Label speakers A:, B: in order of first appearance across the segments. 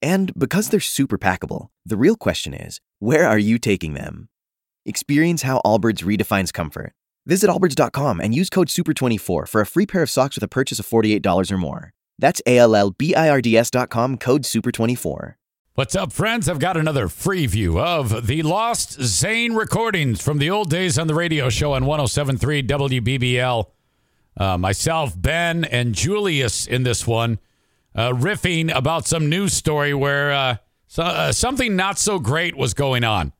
A: And because they're super packable, the real question is where are you taking them? Experience how Allbirds redefines comfort. Visit allbirds.com and use code SUPER24 for a free pair of socks with a purchase of $48 or more. That's A L L B I R D S.com code SUPER24.
B: What's up, friends? I've got another free view of the lost Zane recordings from the old days on the radio show on 1073 WBBL. Uh, myself, Ben, and Julius in this one, uh, riffing about some news story where uh, so, uh, something not so great was going on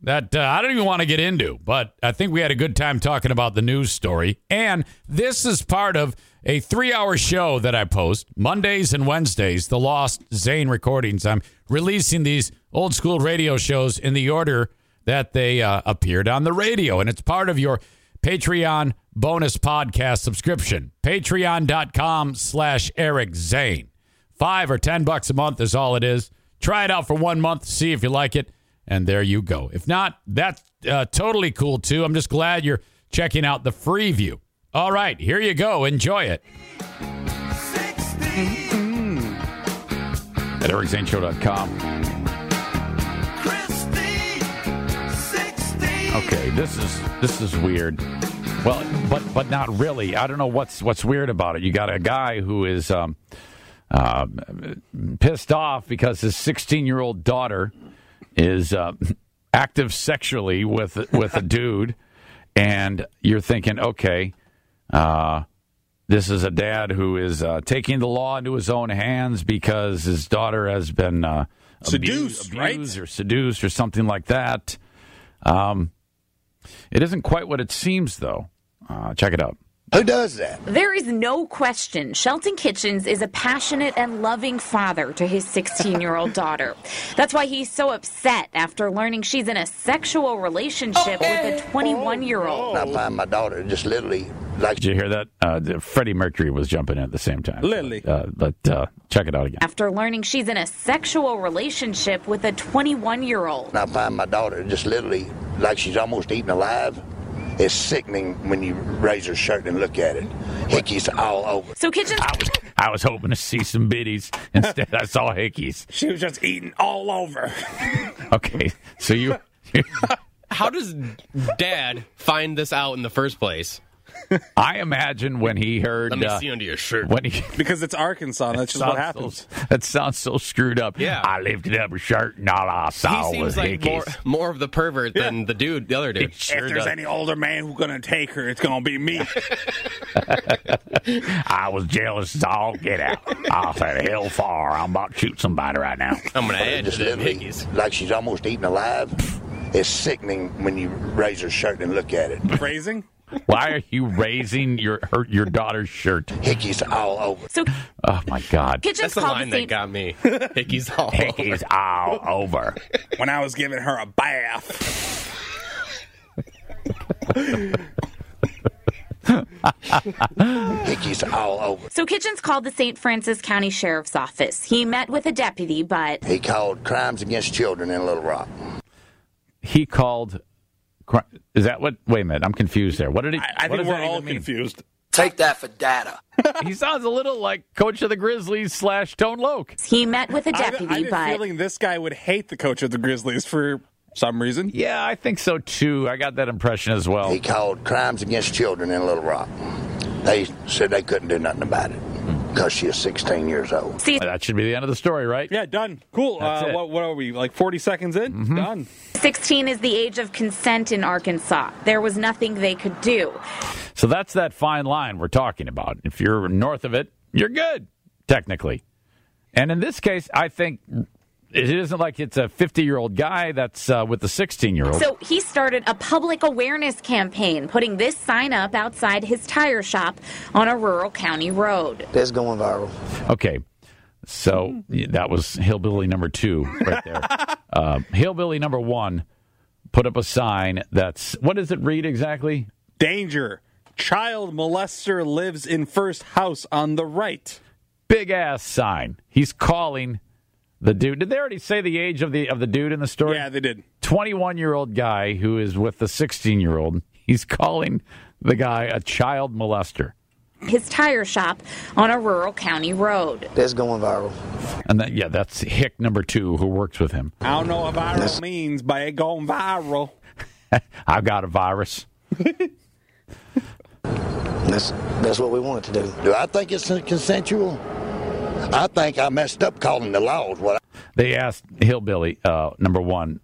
B: that uh, I don't even want to get into, but I think we had a good time talking about the news story. And this is part of a three hour show that I post Mondays and Wednesdays, the Lost Zane recordings. I'm releasing these old school radio shows in the order that they uh, appeared on the radio. And it's part of your Patreon bonus podcast subscription, patreon.com slash Eric Zane. Five or ten bucks a month is all it is. Try it out for one month, see if you like it and there you go. If not, that's uh, totally cool too. I'm just glad you're checking out the free view. All right, here you go. Enjoy it. At ericzaneshow.com. Okay, this is this is weird. Well, but but not really. I don't know what's what's weird about it. You got a guy who is um, uh, pissed off because his 16 year old daughter is uh, active sexually with with a dude, and you're thinking, okay, uh, this is a dad who is uh, taking the law into his own hands because his daughter has been uh, abused,
C: Seduced, right?
B: abused or seduced or something like that. Um, it isn't quite what it seems, though. Uh, check it out.
C: Who does that?
D: There is no question Shelton Kitchens is a passionate and loving father to his 16 year old daughter. That's why he's so upset after learning she's in a sexual relationship with a 21 year old.
E: Oh,
C: I find my daughter just literally like
B: Did you hear that? Uh, the- Freddie Mercury was jumping in at the same time.
F: Lily.
B: Uh, but uh, check it out again.
D: After learning she's in a sexual relationship with a 21 year old.
C: I find my daughter just literally like she's almost eaten alive. It's sickening when you raise her shirt and look at it. Hickey's all over.
D: So Kitchens.
B: I was, I was hoping to see some biddies. Instead, I saw hickeys.
F: She was just eating all over.
B: Okay, so you
E: How does dad find this out in the first place?
B: I imagine when he heard
E: Let me
B: uh,
E: see under your shirt.
B: when he
F: Because it's Arkansas. That's just
B: sounds
F: what happens.
B: So, that sounds so screwed up.
E: Yeah.
B: I lifted up a shirt and all I
E: He
B: saw was
E: seems like more,
B: hickeys.
E: more of the pervert than the dude, the other dude.
F: if there's any older man who's going to take her, it's going to be me.
B: I was jealous as all get out. I said, hell far. I'm about to shoot somebody right now.
E: I'm gonna add
C: Just
E: to them
C: literally
E: hickeys.
C: like she's almost eaten alive. It's sickening when you raise her shirt and look at it.
F: Phrasing?
B: Why are you raising your her, your daughter's shirt?
C: Hickey's all over.
D: So
B: Oh, my God.
D: Kitchens
E: That's the
D: called
E: line
D: the St.
E: that got me. Hickeys all over.
B: Hickeys all over.
F: When I was giving her a bath.
C: Hickey's all over.
D: So Kitchens called the St. Francis County Sheriff's Office. He met with a deputy, but
C: He called crimes against children in Little Rock.
B: He called. cri- Is that what? Wait a minute. I'm confused there. What did he?
F: I, I
B: what
F: think
B: does
F: we're
B: that even
F: all
B: mean?
F: confused.
G: Take that for data.
B: He sounds a little like coach of the Grizzlies slash Tone Loke.
D: he met with a
F: I have-
D: deputy,
F: I have a
D: but
F: feeling this guy would hate the coach of the Grizzlies for some reason.
B: Yeah, I think so too. I got that impression as well.
C: He called crimes against children in Little Rock. They said they couldn't do nothing about it because she is 16 years old.
B: That should be the end of the story, right?
F: Yeah, done. Cool.
B: That's
F: Uh,
B: it. Mm-hmm.
F: what, what are we, like 40 seconds in? Done.
D: 16 is the age of consent in Arkansas. There was nothing they could do.
B: So that's that fine line we're talking about. If you're north of it, you're good, technically. And in this case, I think it isn't like it's a 50 year old guy that's uh, with the 16 year old.
D: So he started a public awareness campaign, putting this sign up outside his tire shop on a rural county road.
H: That's going viral.
B: Okay. So that was hillbilly number two right there. uh, hillbilly number one put up a sign that's what does it read exactly?
F: Danger. Child molester lives in first house on the right.
B: Big ass sign. He's calling the dude. Did they already say the age of the of the dude in the story?
F: Yeah, they did.
B: 21 year old guy who is with the 16 year old. He's calling the guy a child molester.
D: his tire shop on a rural county road.
G: That's going viral.
B: And that, yeah, that's Hick number two who works with him.
F: I don't know what viral means, but it going viral.
B: I've got a virus.
G: That's that's what we want it to do.
C: Do I think it's consensual? I think I messed up calling the laws what
B: They asked Hillbilly, uh, number one,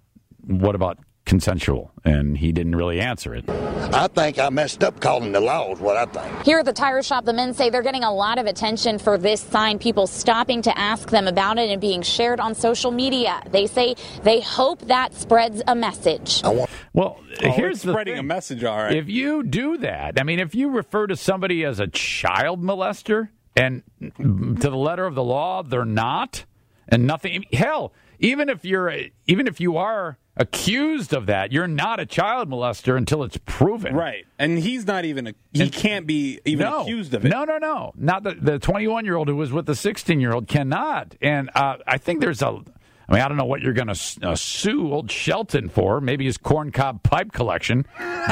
B: what about consensual? And he didn't really answer it.
C: I think I messed up calling the laws what I think.
D: Here at the tire shop, the men say they're getting a lot of attention for this sign, people stopping to ask them about it and being shared on social media. They say they hope that spreads a message.
B: Well,
F: Oh,
B: here's
F: it's
B: the
F: spreading
B: thing.
F: a message, all right.
B: If you do that, I mean, if you refer to somebody as a child molester and to the letter of the law, they're not, and nothing. Hell, even if you're, a- even if you are accused of that, you're not a child molester until it's proven.
F: right. And he's not even, a, he can't be even
B: no,
F: accused of it.
B: No, no, no. Not the the 21 year old who was with the 16 year old cannot. And uh, I think there's a. I mean, I don't know what you're going to uh, sue old Shelton for. Maybe his corncob pipe collection,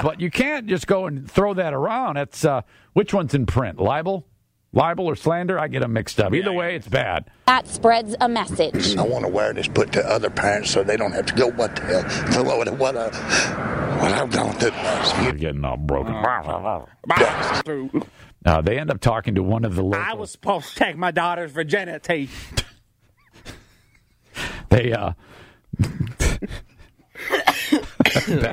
B: but you can't just go and throw that around. That's uh, which one's in print? Libel, libel or slander? I get them mixed up. Either way, it's bad.
D: That spreads a message.
C: I want awareness put to other parents so they don't have to go, what the hell, to what, what, uh, what I'm going through.
B: They're getting all broken.
F: Viral.
B: Uh, they end up talking to one of the
F: I
B: local.
F: was supposed to take my daughter's virginity.
B: They uh. ben,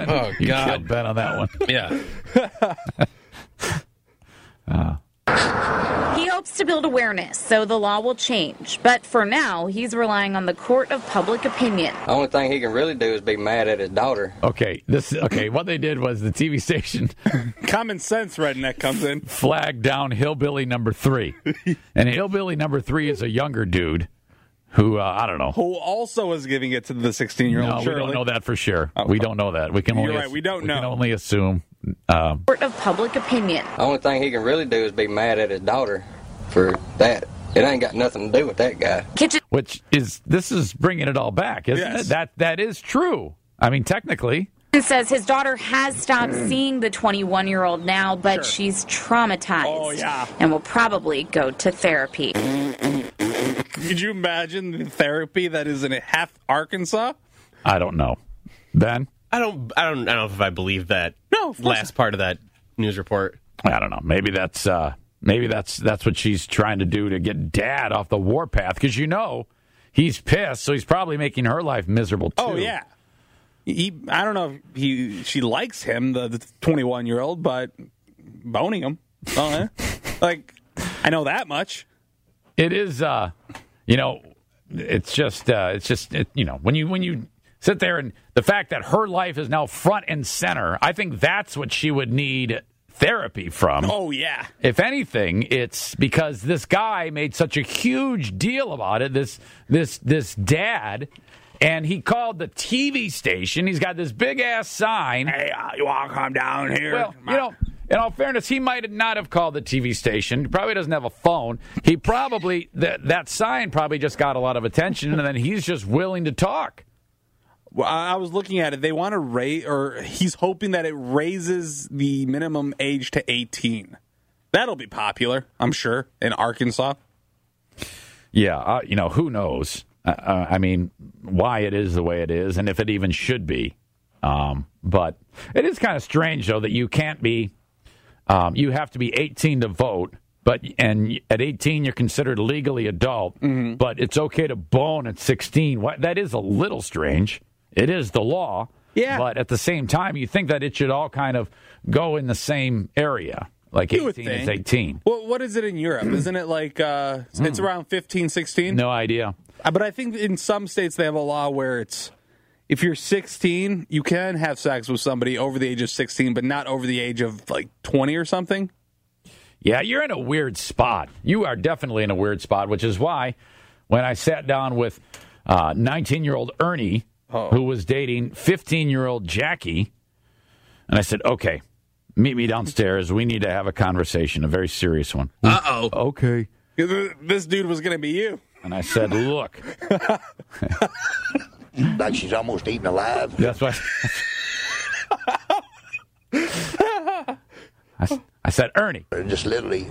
E: Oh,
B: you
E: God.
B: killed Ben on that one.
E: Yeah.
D: He hopes to build awareness so the law will change, but for now, he's relying on the court of public opinion.
H: The only thing he can really do is be mad at his daughter.
B: Okay, this okay. What they did was the TV station
F: Common sense redneck comes in.
B: flagged down hillbilly number three, and hillbilly number three is a younger dude who uh, I don't know.
F: Who also was giving it to the 16 year
B: No,
F: old
B: we don't know that for sure. We don't know that. We can
F: Oh, You're
B: only
F: right, we don't
B: can
F: know.
B: only assume. Uh,
D: Court of public opinion.
H: The only thing he can really do is be mad at his daughter for that. It ain't got nothing to do with that guy.
D: Kitchen
B: which is this is bringing it all back, isn't
F: Yes.
B: it? That that is true. I mean, technically,
D: says his daughter has stopped
F: Mm.
D: seeing the 21 year old now, but she's traumatized
F: Oh, yeah.
D: and will probably go to therapy.
F: Could you imagine the therapy that is in half Arkansas?
B: I don't know. Ben,
E: I don't. I don't. I don't know if I believe that.
F: No, of course
E: Last part of that news report.
B: I don't know. Maybe that's uh, maybe that's that's what she's trying to do to get Dad off the warpath because you know he's pissed, so he's probably making her life miserable too.
F: Oh yeah. He, I don't know if he she likes him, the the twenty one year old, but boning him, Uh, like I know that much.
B: it is. Uh, you know, it's just uh, it's just it, you know when you when you sit there and the fact that her life is now front and center, I think that's what she would need therapy from.
F: Oh yeah,
B: If anything, it's because this guy made such a huge deal about it. This this this dad. And he called the TV station. He's got this big ass sign.
F: hey, uh, you all come down here.
B: Well, you know, in all fairness, he might not have called the TV station. He probably doesn't have a phone. He probably that that sign probably just got a lot of attention, and then he's just willing to talk.
F: Well, I I was looking at it. They want to raise, or he's hoping that it raises the minimum age to eighteen. That'll be popular, I'm sure, in Arkansas.
B: Yeah, uh, you know, who knows? Uh, uh, I mean, why it is the way it is, and if it even should be. Um, but it is kind of strange, though, that you can't be. Um, you have to be 18 to vote, but and at 18 you're considered legally adult.
F: Mm-hmm.
B: But it's okay to bone at 16. Why, that is a little strange. It is the law.
F: Yeah.
B: But at the same time, you think that it should all kind of go in the same area. Like
F: You would
B: 18 is
F: think.
B: 18.
F: Well, what is it in Europe? Isn't it like uh, it's around 15, 16?
B: No idea.
F: Uh, But I think in some states they have a law where it's if you're 16, you can have sex with somebody over the age of 16, but not over the age of like 20 or something.
B: Yeah, you're in a weird spot. You are definitely in a weird spot, which is why when I sat down with 19 year old Ernie, who was dating 15 year old Jackie. And I said, okay, meet me downstairs. We need to have a conversation, a very serious one.
E: Uh oh.
B: Okay.
F: This dude was going to be you.
B: And I said, look,
C: Like she's almost eaten alive.
B: that's what I s- I said, Ernie,
C: Just literally,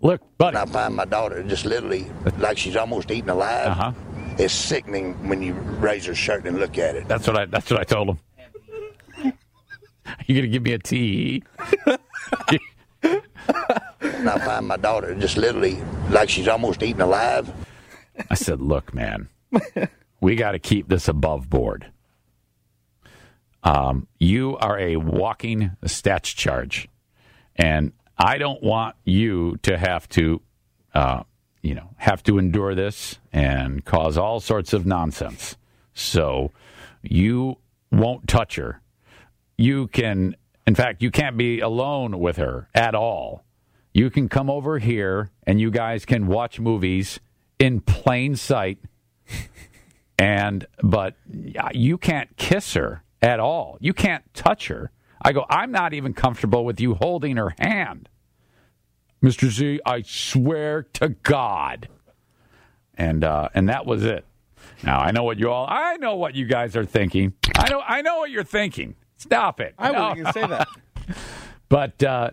B: look, buddy.
C: I find my daughter just literally like she's almost eaten alive.
B: Uh-huh.
C: It's sickening when you raise her shirt and look at it.
B: That's what I. That's what I told him. Are you gonna give me a T? E?
C: And I find my daughter just literally like she's almost eaten alive.
B: I said, "Look, man, we got to keep this above board. Um, you are a walking stats charge, and I don't want you to have to, uh, you know, have to endure this and cause all sorts of nonsense. So you won't touch her. You can, in fact, you can't be alone with her at all." you can come over here and you guys can watch movies in plain sight and but you can't kiss her at all you can't touch her i go i'm not even comfortable with you holding her hand mr z i swear to god and uh and that was it now i know what you all i know what you guys are thinking i know i know what you're thinking stop it
F: I
B: No.
F: wouldn't even say that.
B: but uh,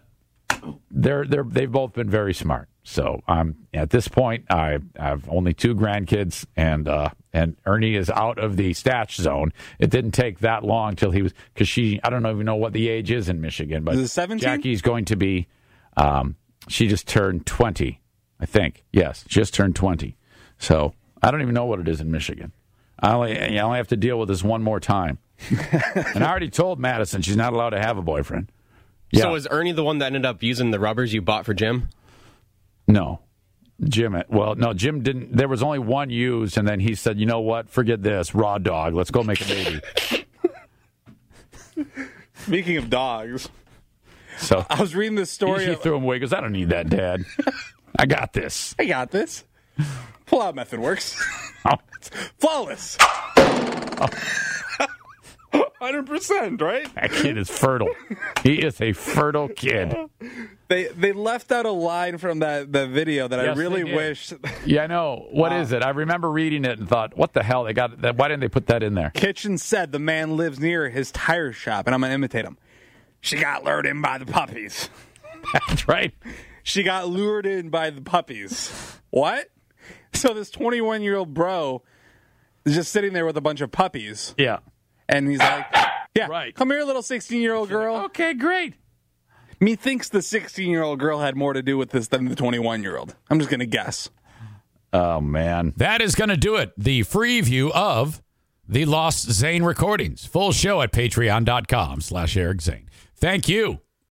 B: they're they're they've both been very smart. So I'm at this point I I have only two grandkids and uh, and Ernie is out of the stash zone. It didn't take that long till he was because she I don't even know what the age is in Michigan, but
F: Is it 17?
B: Jackie's going to be um, she just turned twenty, I think. Yes, just turned twenty. So I don't even know what it is in Michigan. I only I only have to deal with this one more time. and I already told Madison she's not allowed to have a boyfriend. Yeah.
E: So was Ernie the one that ended up using the rubbers you bought for Jim?
B: No. Jim, well, no, Jim didn't. There was only one used, and then he said, you know what? Forget this. Raw dog. Let's go make a baby.
F: Speaking of dogs,
B: So
F: I was reading this story.
B: he threw him away because I don't need that, Dad. I got this.
F: I got this. Pull out method works.
B: Oh,
F: Flawless. 100%, right?
B: that kid is fertile. He is a fertile kid.
F: They they left out a line from that, that video that
B: Yes,
F: I
B: they
F: really
B: did.
F: wish
B: Yeah, I know. What is it? I remember reading it and thought, what the hell? They got that. Why didn't they put that in there?
F: Kitchen said the man lives near his tire shop, and I'm gonna imitate him. She got lured in by the puppies.
B: That's right.
F: She got lured in by the puppies. What? So this 21 year old bro is just sitting there with a bunch of puppies,
B: Yeah.
F: and he's like, "Yeah,
B: Right.
F: come here, little 16 year old girl."
B: Okay, great.
F: Methinks the 16 year old girl had more to do with this than the 21 year old. I'm just gonna guess.
B: Oh, man.
I: That is going to do it. The free view of the Lost Zane recordings. Full show at patreon.com slash Eric Zane. Thank you